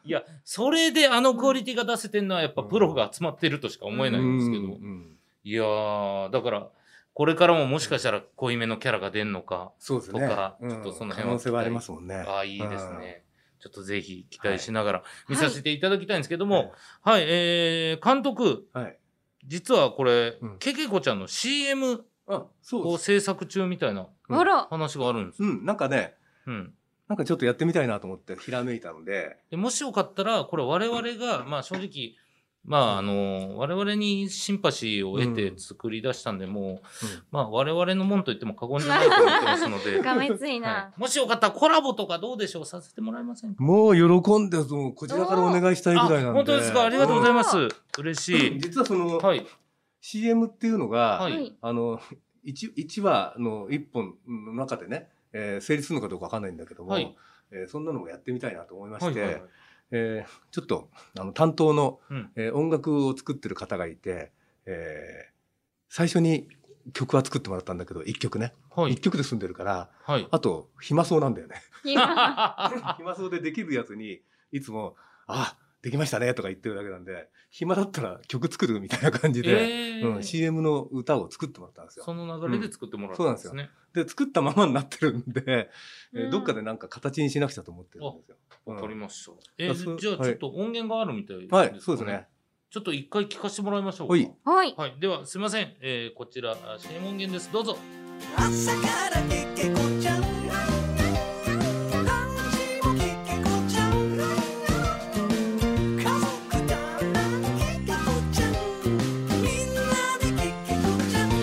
Speaker 2: いや、それであのクオリティが出せてるのはやっぱプロが集まってるとしか思えないんですけど。
Speaker 3: うんうん
Speaker 2: いやー、だから、これからももしかしたら濃いめのキャラが出んのか、
Speaker 3: そうですね。
Speaker 2: とか
Speaker 3: うん
Speaker 2: ちょっとその辺は
Speaker 3: 可能性はありますもんね。
Speaker 2: ああ、いいです
Speaker 3: うん
Speaker 2: ね。ちょっとぜひ期待しながら見させていただきたいんですけども、
Speaker 3: は
Speaker 2: は
Speaker 3: い
Speaker 2: い、えー、監督、
Speaker 3: はい。
Speaker 2: 実はこれ、
Speaker 3: うん
Speaker 2: けけこちゃんの CM
Speaker 3: あ、そう
Speaker 2: を
Speaker 3: です。
Speaker 2: 制作中みたいな
Speaker 1: あら。
Speaker 2: 話があるんです。
Speaker 3: うん、なんかね、
Speaker 2: うん。
Speaker 3: なんかちょっとやってみたいなと思ってひらめいたので、
Speaker 2: でもしよかったら、これ我々が、まあ正直、まああの、我々にシンパシーを得て作り出したんで、もう、まあ我々のもんと言っても過言じゃないと思ってます ので、
Speaker 1: がめついな
Speaker 2: は。いもしよかったらコラボとかどうでしょうさせてもらえませんか
Speaker 3: もう喜んで、もうこちらからお願いしたいぐらいなんで。
Speaker 2: あ本当ですかありがとうございま
Speaker 1: う
Speaker 2: す。嬉し
Speaker 3: うん
Speaker 2: い。
Speaker 3: 実はその、
Speaker 2: はい。
Speaker 3: CM っていうのが、
Speaker 2: はい
Speaker 1: はい。
Speaker 3: あの、一一話の一本の中でね、えー成立するのかどうかわかんないんだけども、
Speaker 2: はい
Speaker 3: えーそんなのもやってみたいなと思いま
Speaker 2: は
Speaker 3: し
Speaker 2: い
Speaker 3: て、
Speaker 2: はいはい。
Speaker 3: えーちょっと、あの、担当の、
Speaker 2: うん
Speaker 3: えー音楽を作ってる方がいて、えー最初に曲は作ってもらったんだけど、一曲ね。
Speaker 2: は
Speaker 3: 一、
Speaker 2: い。
Speaker 3: 曲で済んでるから、
Speaker 2: はい。
Speaker 3: あと、暇そうなんだよね。
Speaker 1: いや
Speaker 3: 暇そうでできるやつに、いつも、あ、できましたねとか言ってるだけなんで、暇だったら曲作るみたいな感じで、
Speaker 2: え
Speaker 3: うん、
Speaker 2: ー
Speaker 3: CM の歌を作ってもらったんですよ。
Speaker 2: その流れで作ってもらったんですね。
Speaker 3: で、作ったままになってるんで、えー
Speaker 1: うん
Speaker 3: どっかでなんか形にしなくちゃと思ってるんですよ。
Speaker 2: わかり
Speaker 3: うん
Speaker 2: ました。え
Speaker 3: あそ
Speaker 2: ー、
Speaker 3: う
Speaker 2: じゃあちょ
Speaker 3: は
Speaker 2: っ
Speaker 3: い
Speaker 2: と音源があるみたいですか
Speaker 3: は
Speaker 2: ね
Speaker 3: い、そうですね。。
Speaker 2: ちょっと一回聞かせてもらいましょうか。
Speaker 3: はい。
Speaker 1: はい。
Speaker 2: はい、ではすみません、えー、こちらあ CM 音源ですどうぞ
Speaker 4: 朝からけけこちゃんランチもけけこちゃん家族だんらけけこちゃんみんなでけけこちゃんこ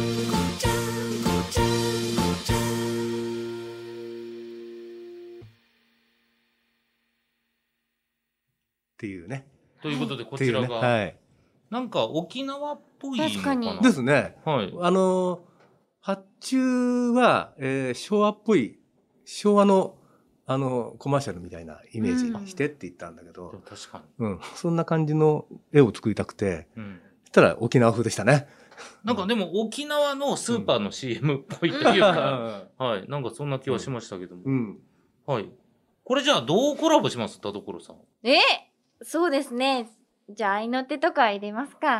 Speaker 4: ちゃんこちゃんこちゃん
Speaker 3: っていうね。
Speaker 2: ということで
Speaker 3: っ
Speaker 2: こ
Speaker 3: て
Speaker 2: ち
Speaker 3: いう
Speaker 2: ら
Speaker 3: ね。
Speaker 2: が、
Speaker 3: はい。
Speaker 2: なんか沖縄っぽいのかな
Speaker 1: 確かに
Speaker 3: ですね。
Speaker 2: はい
Speaker 3: あのー発注は、えー昭和っぽい、昭和の、あの、コマーシャルみたいなイメージにしてって言ったんだけ
Speaker 2: でも
Speaker 3: ど、
Speaker 2: 確か
Speaker 3: うん、そんな感じの絵を作りたくて、
Speaker 2: に、うん、
Speaker 3: そしたら沖縄風でしたね。
Speaker 2: なんかでも沖縄のスーパーの CM っぽいというか、はいなんかそんな気はしましたけども、
Speaker 3: うん。
Speaker 2: はいこれじゃあどうコラボします田所さん、
Speaker 1: えそうですね。じゃあ、合いの手とか入れますか。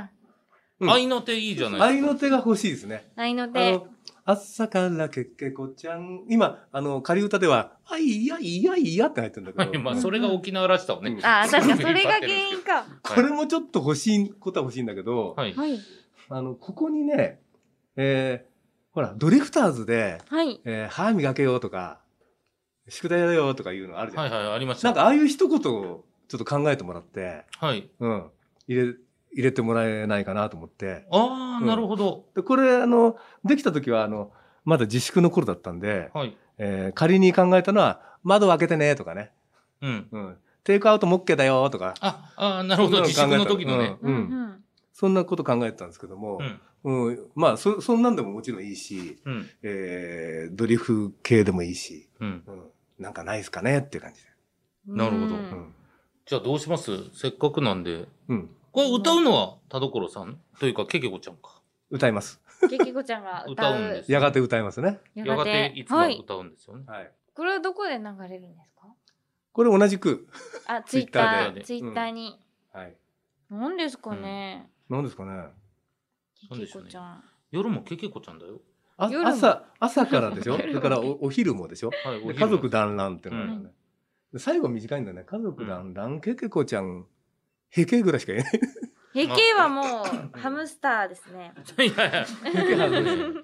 Speaker 3: うん
Speaker 2: 愛の手いいじゃない
Speaker 3: 愛の手が欲しいですね。
Speaker 1: 合いの
Speaker 3: あ
Speaker 1: 手。
Speaker 3: の、朝からけっけこちゃん。今、あの、仮歌では、あいやいやいやって入ってるんだけ
Speaker 2: はい
Speaker 3: ど。
Speaker 2: まあそれが沖縄らしさをね、
Speaker 1: あ、確 かそれが
Speaker 2: 引っ張っ
Speaker 1: 原
Speaker 2: てるんですけ
Speaker 1: 因か。
Speaker 3: これもちょっと欲しいことは欲しいんだけど、
Speaker 2: はい、
Speaker 1: はい。
Speaker 3: あの、ここにね、えー、ほら、ドリフターズで、
Speaker 1: はい。
Speaker 3: えー歯磨けようとか、宿題だよとかいうのあるじゃん。
Speaker 2: はいはいありました
Speaker 3: なんかああいう一言をちょっと考えてもらって、
Speaker 2: はい
Speaker 3: うん、入れ、入れてもらえないかなと思って。
Speaker 2: ああ
Speaker 3: うん
Speaker 2: なるほど、
Speaker 3: で、これ、あの、できた時は、あの、まだ自粛の頃だったんで、
Speaker 2: はい
Speaker 3: えー仮に考えたのは、窓を開けてねとかね、
Speaker 2: うん
Speaker 3: うん、テイクアウトも OK だよとか、
Speaker 2: ああーなるほど自
Speaker 3: そん
Speaker 2: 粛
Speaker 3: な
Speaker 2: の
Speaker 3: 考え
Speaker 2: 時
Speaker 3: た
Speaker 2: のね、
Speaker 3: うん
Speaker 1: うん
Speaker 3: そんなこと考えてたんですけども
Speaker 2: う、ん
Speaker 3: うんまあそ、そんなんでももちろんいいし、
Speaker 2: うん
Speaker 3: えードリフ系でもいいし、
Speaker 2: うん
Speaker 3: うん、なんかないですかねっていう感じで。
Speaker 1: うん
Speaker 2: なるほど
Speaker 1: うん
Speaker 3: うん
Speaker 2: じゃあどうしますせっかくなんで。
Speaker 3: うん、
Speaker 2: これ歌うのは田所さんというか、けけこちゃんか。
Speaker 3: 歌います。
Speaker 1: けけこちゃんが歌
Speaker 2: 歌うんで
Speaker 1: う
Speaker 2: す。
Speaker 3: やがて歌いますね。
Speaker 2: やがていつ
Speaker 1: は
Speaker 2: か
Speaker 1: い。
Speaker 2: 歌うんですよね。
Speaker 3: はい。
Speaker 1: これはどこで流れるんですか
Speaker 3: これ同じく。
Speaker 1: あ、ツイッ
Speaker 3: Twitter
Speaker 1: タ
Speaker 2: で
Speaker 1: ー、ツイッターに。
Speaker 3: はい。
Speaker 1: 何ですかね、
Speaker 3: なんですかね。
Speaker 2: うん
Speaker 1: キキコちゃん。
Speaker 2: 夜もけけこちゃんだよ。
Speaker 3: あ
Speaker 1: 夜も
Speaker 3: 朝、朝からでしょ
Speaker 1: 夜も
Speaker 3: だからおお昼もでしょ
Speaker 2: はい、お
Speaker 3: で
Speaker 2: 昼
Speaker 3: 家族団らんっていうのがあるよ
Speaker 1: うん
Speaker 3: ね。で最後短いんだね。家族団らん、けけこちゃん、へけぐらいしか言えない。
Speaker 1: ヘケはもう、ハムスターですね。
Speaker 2: いやいや
Speaker 3: けは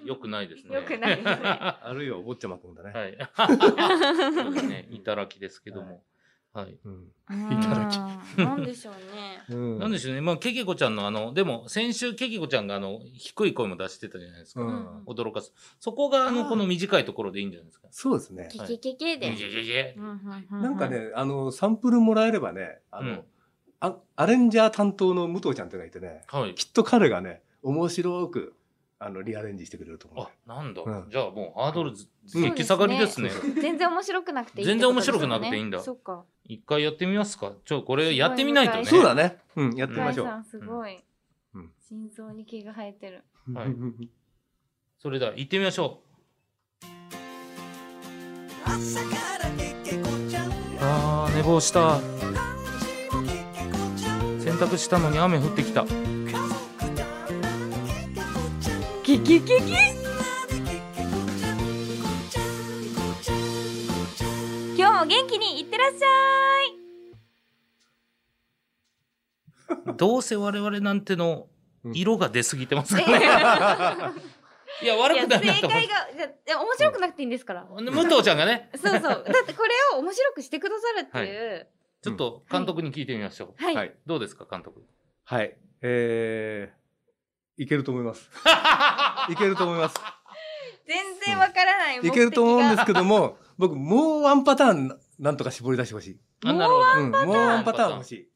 Speaker 3: ず
Speaker 2: よくないですね。
Speaker 1: よくないですね
Speaker 2: は
Speaker 3: あるいはお坊ちゃまくんだね。
Speaker 2: い。 そうですね。いただきですけども。はい。
Speaker 3: うん。
Speaker 1: い
Speaker 3: ただき
Speaker 1: 何でしょうね。
Speaker 3: うん
Speaker 2: なんでしょうね。まあ、けけこちゃんのあの、でも、先週けけこちゃんがあの、低い声も出してたじゃないですか。
Speaker 3: うん
Speaker 2: 驚かす。そこが、あ
Speaker 1: あ
Speaker 2: の、
Speaker 1: ー
Speaker 2: この短いところでいいんじゃないですか。
Speaker 3: そうですね。
Speaker 1: キキキキ
Speaker 2: いや
Speaker 1: で
Speaker 2: い。やいやいや
Speaker 3: な
Speaker 1: なん
Speaker 3: か、ね、あの、サンプルもらえればね、あの、
Speaker 2: うん
Speaker 3: あアレンジャー担当の武藤ちゃんっていうのがいてね、
Speaker 2: はい。
Speaker 3: きっと彼がね、面白く、あの、リアレンジしてくれると思う
Speaker 2: あ。、なんだ
Speaker 3: うん。
Speaker 2: じゃあもう、ハードルず
Speaker 3: うん
Speaker 2: 激下がりですね。
Speaker 1: 全然面白くなくていいってことですよね。
Speaker 2: 全然面白くなくていいんだ
Speaker 1: そうか。
Speaker 2: 一回やってみますか。ちょ、これやってみないとね。
Speaker 1: す
Speaker 3: そ
Speaker 1: ご
Speaker 3: うだね。うん、やってみ
Speaker 1: ガ
Speaker 3: ま
Speaker 1: イ
Speaker 3: しょう。
Speaker 1: さんすごい
Speaker 3: うん。
Speaker 1: 心臓に毛が生えてる。
Speaker 3: うん
Speaker 2: はいそれでは、行ってみましょ
Speaker 4: 朝からけけこちゃん
Speaker 2: う。あー、寝坊した。
Speaker 4: もけけこちゃん
Speaker 2: 洗濯したのに雨降ってきた。
Speaker 4: 家族だんけけこちゃん
Speaker 1: キキキキ
Speaker 4: みんなでけけこちゃんこちゃんこちゃんこちゃ
Speaker 1: 今
Speaker 4: ん
Speaker 1: 日も元気にいってらっしゃい
Speaker 2: どうせ我々なんての
Speaker 3: うん
Speaker 2: 色が出すぎてますからね。 いや、
Speaker 1: い
Speaker 2: 悪
Speaker 1: や
Speaker 2: く
Speaker 1: 正
Speaker 2: ない
Speaker 1: 解
Speaker 2: なと
Speaker 1: が
Speaker 2: 思っ
Speaker 1: いやいや面白くなくていいんですから。
Speaker 2: て。武藤ちゃんがね、
Speaker 1: そうそう。だってこれを面白くしてくださるっていう。
Speaker 2: ちょっと監督に聞いてみましょう。
Speaker 1: はい。
Speaker 3: はい
Speaker 2: どうですか、監督。
Speaker 3: はい。えー、いけると思い ます。いけると思います。
Speaker 1: 全然わからない。
Speaker 3: いけると思うんです
Speaker 1: す。
Speaker 3: けども、僕、もうワンパターンな、なんとか絞り出してほしい。
Speaker 2: あ、なるほど。
Speaker 3: うん、もうワンパターン欲しい。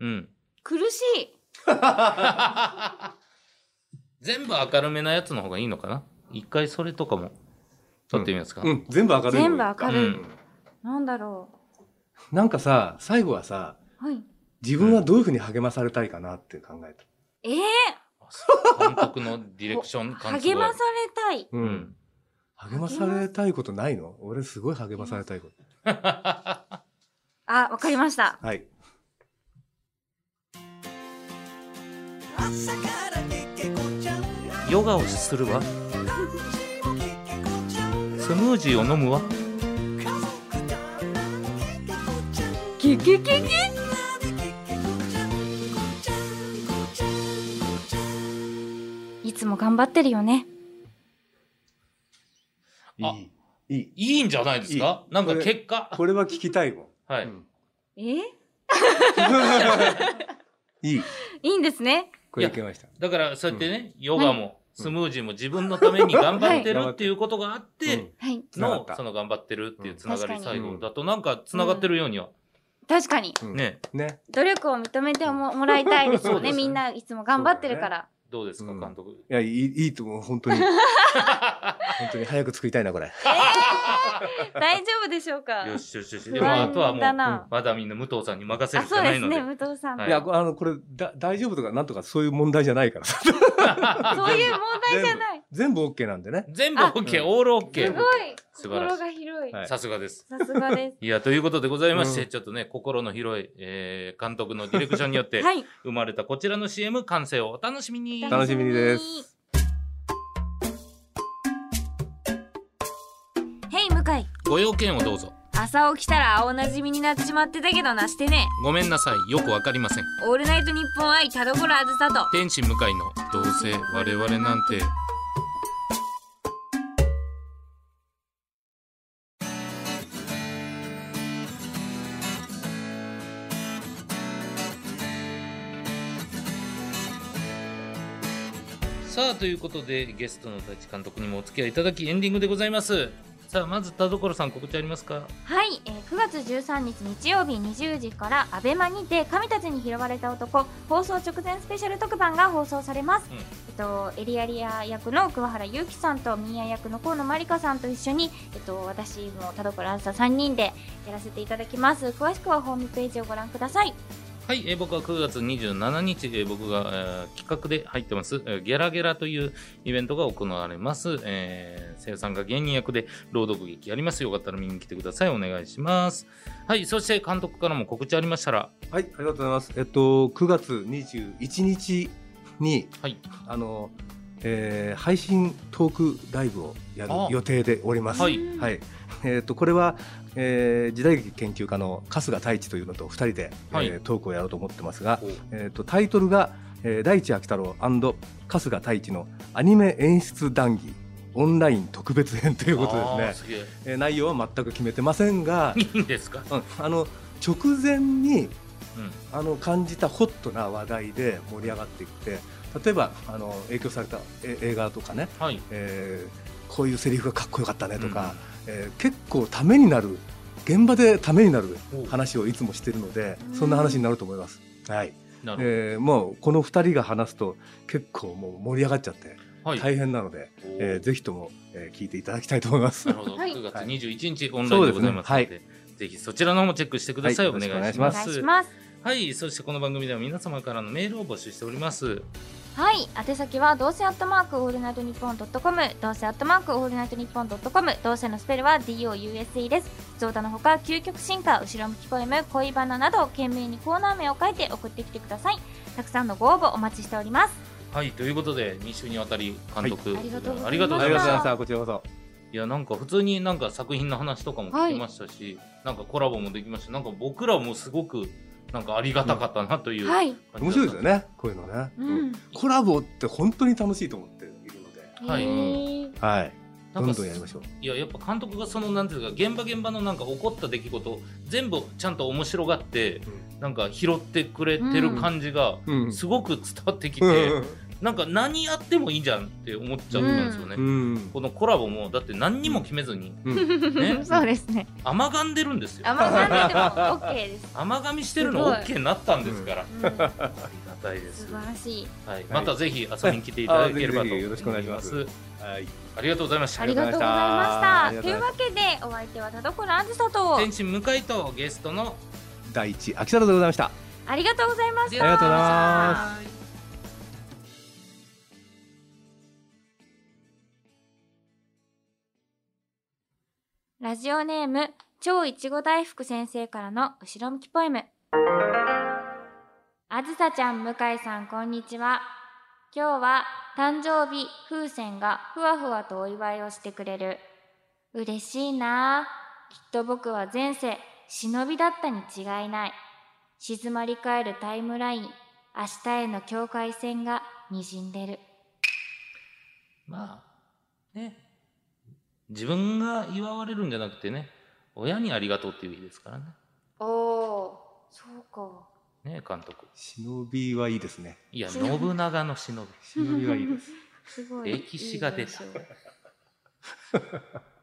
Speaker 2: うん。
Speaker 1: 苦しい。
Speaker 2: 全部明るめなやつの方がいいのかな一回それとかも撮ってみますか、
Speaker 3: うん、全部明るい。
Speaker 1: 全部明
Speaker 2: う
Speaker 1: るい。
Speaker 2: ん
Speaker 1: なんだろ
Speaker 3: なんかさ、最後はさ、
Speaker 1: う。はい。
Speaker 3: 自分はどういうふうに励まされたいかなって考えた。
Speaker 1: えー、
Speaker 2: 監督のディレクション感すごい
Speaker 1: 励まされたい。
Speaker 3: う
Speaker 2: うんん。
Speaker 3: 励まされたいことないの俺すごい励まされたいこと。
Speaker 1: あ、わかりました。
Speaker 3: はい。
Speaker 4: 朝からけけこちゃん
Speaker 2: ヨガをするわ
Speaker 4: もけけこちゃん
Speaker 2: スムージーを飲むわ
Speaker 4: 家族だんけけこちゃん
Speaker 1: キキキキ
Speaker 4: みんなでけけこちゃんこちゃんこちゃんこちゃん
Speaker 1: いつも頑張ってるよね。
Speaker 3: い
Speaker 2: あ
Speaker 3: い。いい。
Speaker 2: いいんじゃないですか
Speaker 3: いい
Speaker 2: なんか結果
Speaker 3: これは聞きたいもん。
Speaker 2: は
Speaker 3: う
Speaker 2: い、
Speaker 3: ん
Speaker 1: えー、
Speaker 3: いい。
Speaker 1: いいんですね。
Speaker 3: これいけました。
Speaker 2: だからそうやってね、ヨガもスムージーも自分のために頑張ってるっていうことがあって
Speaker 1: はい。
Speaker 3: はい
Speaker 2: の
Speaker 3: うん
Speaker 2: その頑張ってるっていうつながり
Speaker 1: うん
Speaker 2: 最後だとなんかつながってるようには
Speaker 1: 確かに。
Speaker 3: うんうん
Speaker 2: ね
Speaker 3: ね。
Speaker 1: 努力を認めてももらいたいですよ
Speaker 2: そうで
Speaker 1: ね。
Speaker 2: すね
Speaker 1: みんないつも頑張ってるから。
Speaker 2: どうですか
Speaker 3: うん
Speaker 2: 監督
Speaker 3: いや、いい、いいと思う。本当に。本当に早く作りたいな、これ。
Speaker 1: 大丈夫でしょうか
Speaker 2: よしよしよし
Speaker 1: 不
Speaker 2: でもあ
Speaker 1: 安
Speaker 2: とはも
Speaker 1: だな
Speaker 2: うまだみんな武藤さんに任せ
Speaker 1: あ、
Speaker 2: るし
Speaker 1: そ
Speaker 2: か
Speaker 1: う
Speaker 2: な
Speaker 1: で
Speaker 2: い
Speaker 1: す
Speaker 2: ので
Speaker 1: ね。武藤さん。
Speaker 2: はい
Speaker 3: いや、あの、これ、だ、大丈夫とかなんとかそういう問題じゃないから。
Speaker 1: そういう問題じゃない。
Speaker 3: 全部 OK なんでね。
Speaker 2: 全部
Speaker 1: あ
Speaker 2: OK
Speaker 3: うん
Speaker 2: オール
Speaker 1: す
Speaker 2: OK
Speaker 1: ごい。
Speaker 2: 素晴らし
Speaker 1: 心
Speaker 2: い
Speaker 1: が広い。
Speaker 3: はい
Speaker 2: さすがです
Speaker 1: さすがで
Speaker 2: いや、ということでございまして、
Speaker 3: うん
Speaker 2: ちょっとね、心の広い、えー監督のディレクションによっ
Speaker 1: す。
Speaker 2: て
Speaker 1: はい。
Speaker 2: 生まれたこちらの CM 完成をお楽しみに。
Speaker 3: 楽しみにです。
Speaker 1: ヘイ向井
Speaker 2: ご用件をどうぞ。
Speaker 1: 朝起きたら青なじみになってしまってたけどなしてね
Speaker 2: ごめんなさい、よくわかりません。
Speaker 1: オールナイトニッポン愛田所あずさと
Speaker 2: 天使向かいの、どうせ我々なんて。さあということでゲストの大地監督にもお付き合いいただきエンディングでございますさあまず田所さん告知ありますか
Speaker 1: はい、えー9月13日日曜日20時からアベマにて神たちに拾われた男放送直前スペシャル特番が放送されます、
Speaker 2: うん
Speaker 1: えっとエリアリア役の桑原裕樹さんとミーヤ役の河野まりかさんと一緒にえっと私も田所あずさ3人でやらせていただきます詳しくはホームページをご覧ください
Speaker 2: はい、えー僕は9月27日、えー僕が、えー企画で入ってます、えーギャラギャラというイベントが行われます。えー、生産が芸人役で朗読劇やります。よかったら見に来てください。お願いします。はい、そして監督からも告知ありましたら、
Speaker 3: はい、ありがとうございます。えっと、9月21日に、
Speaker 2: はい、
Speaker 3: あの、えー配信トークライブをやる
Speaker 2: あ
Speaker 3: 予定でおります。
Speaker 2: は
Speaker 3: はいい。
Speaker 1: うん
Speaker 3: えっと、これは、えー時代劇研究家の春日太一というのと2人で、
Speaker 2: はい
Speaker 3: えートークをやろうと思ってますが、えっと、タイトルが、えー、大地秋太郎春日太一のアニメ演出談義オンライン特別編ということ
Speaker 2: あー
Speaker 3: ですね。
Speaker 2: すげえ
Speaker 3: えー内容は全く決めてませんが、
Speaker 2: いいんですか、
Speaker 3: うんあの、直前に、
Speaker 2: うん
Speaker 3: あの感じたホットな話題で盛り上がっていって例えばあの影響されたえ映画とかね、
Speaker 2: はい、
Speaker 3: えーこういうセリフがかっこよかったねとか、えー結構ためになる現場でためになる
Speaker 2: お
Speaker 3: 話をいつもしてるのでそんな話になると思います。はい
Speaker 2: なる
Speaker 3: えーもうこの2人が話すと結構もう盛り上がっちゃって
Speaker 2: ほど。はい、
Speaker 3: 大変なので、えーぜひとも、えー聞いていただきたいと思います。
Speaker 2: なるほど。
Speaker 1: はい
Speaker 2: 9月21日オンラインでございますので、
Speaker 3: そう
Speaker 2: ぜひそちらの方もチェックしてください。
Speaker 3: はい
Speaker 2: お願
Speaker 3: よろ
Speaker 2: い
Speaker 3: し
Speaker 2: し
Speaker 3: くお願
Speaker 1: お
Speaker 2: ます。
Speaker 1: 願いします。
Speaker 2: はい、そしてこの番組では皆様からのメールを募集しております。
Speaker 1: はい、宛先はどうせアットマークオールナイトニッポンドットコム、どうせアットマークオールナイトニッポンドットコム、どうせのスペルは DOUSE です。ゾータのほか、究極進化、後ろ向きポエム、恋バナなど、懸命にコーナー名を書いて送ってきてください。たくさんのご応募お待ちしております。
Speaker 2: はい、ということで、2週にわたり監督、
Speaker 1: はいありがとうございます
Speaker 2: ありがとうご
Speaker 3: あ
Speaker 2: ざい
Speaker 3: りが
Speaker 2: ま
Speaker 3: とうござい
Speaker 2: す。
Speaker 3: ましたこちらこそ
Speaker 2: いや、なんか普通になんか作品の話とかも聞きましたし、なんかコラボもできました。なんか僕らもすごく、なんかありがたかったなという
Speaker 1: はい、
Speaker 2: 感
Speaker 3: 面
Speaker 2: じだ
Speaker 3: 白
Speaker 2: った
Speaker 3: いですよねこういうのね、
Speaker 1: うん。
Speaker 3: コラボって本当に楽しいと思っているので、
Speaker 2: はい
Speaker 1: えー
Speaker 3: はい、
Speaker 2: な
Speaker 3: ど
Speaker 2: んか
Speaker 3: んどんやりましょう。
Speaker 2: いや、やっぱ監督がその、なんていうか、現場現場のなんか起こった出来事、全部ちゃんと面白がって、なんか拾ってくれてる感じが、
Speaker 3: うん
Speaker 2: すごく伝わってきて、
Speaker 3: うん
Speaker 2: なんか何やってもいいじゃんって思っちゃったんですよね。
Speaker 3: うん
Speaker 2: このコラボもだって何にも決めずに
Speaker 3: うん
Speaker 2: ね
Speaker 1: そうですね。
Speaker 2: 甘がんでるんですよ
Speaker 1: 甘がんでても OK です。
Speaker 2: 甘がみしてる
Speaker 1: す
Speaker 2: の
Speaker 1: ごい
Speaker 2: OK になったんですから
Speaker 1: うん、素
Speaker 2: ありがたいです、
Speaker 1: 晴
Speaker 2: は
Speaker 1: らしい。
Speaker 2: い、またぜひ遊びに来ていただければと
Speaker 3: あぜひぜ
Speaker 2: 思
Speaker 3: ひ
Speaker 2: い
Speaker 3: よろしくお願いしま
Speaker 2: ますす
Speaker 3: はい、
Speaker 2: ありがとうございまし
Speaker 1: あ
Speaker 2: た
Speaker 1: りがとうございま
Speaker 3: あ
Speaker 1: した。と
Speaker 3: りがと
Speaker 1: いうう
Speaker 3: ござ
Speaker 1: わけで、お相手は田所あずさと、
Speaker 2: 天心向井とゲストの
Speaker 3: 第一秋田でございました。
Speaker 1: ありがとうございました。
Speaker 2: ありがとうござい
Speaker 3: ます
Speaker 4: 아.
Speaker 1: ラジオネーム、超いちご大福先生からの後ろ向きポエム。あずさちゃん、向井さん、こんにちは。今日は誕生日、風船がふわふわとお祝いをしてくれる。嬉しいなあきっと僕は前世、忍びだったに違いない。静まり返るタイムライン、明日への境界線が滲んでる。
Speaker 2: まあね自分が祝われるんじゃなくてね親にありがとうっていう日ですからね
Speaker 1: おお、そうか。
Speaker 2: ね監督
Speaker 3: 忍びはいいです ね。
Speaker 2: いや信長の忍び
Speaker 3: 忍びはいいです。
Speaker 1: すご
Speaker 2: 歴史が出た
Speaker 1: いい文章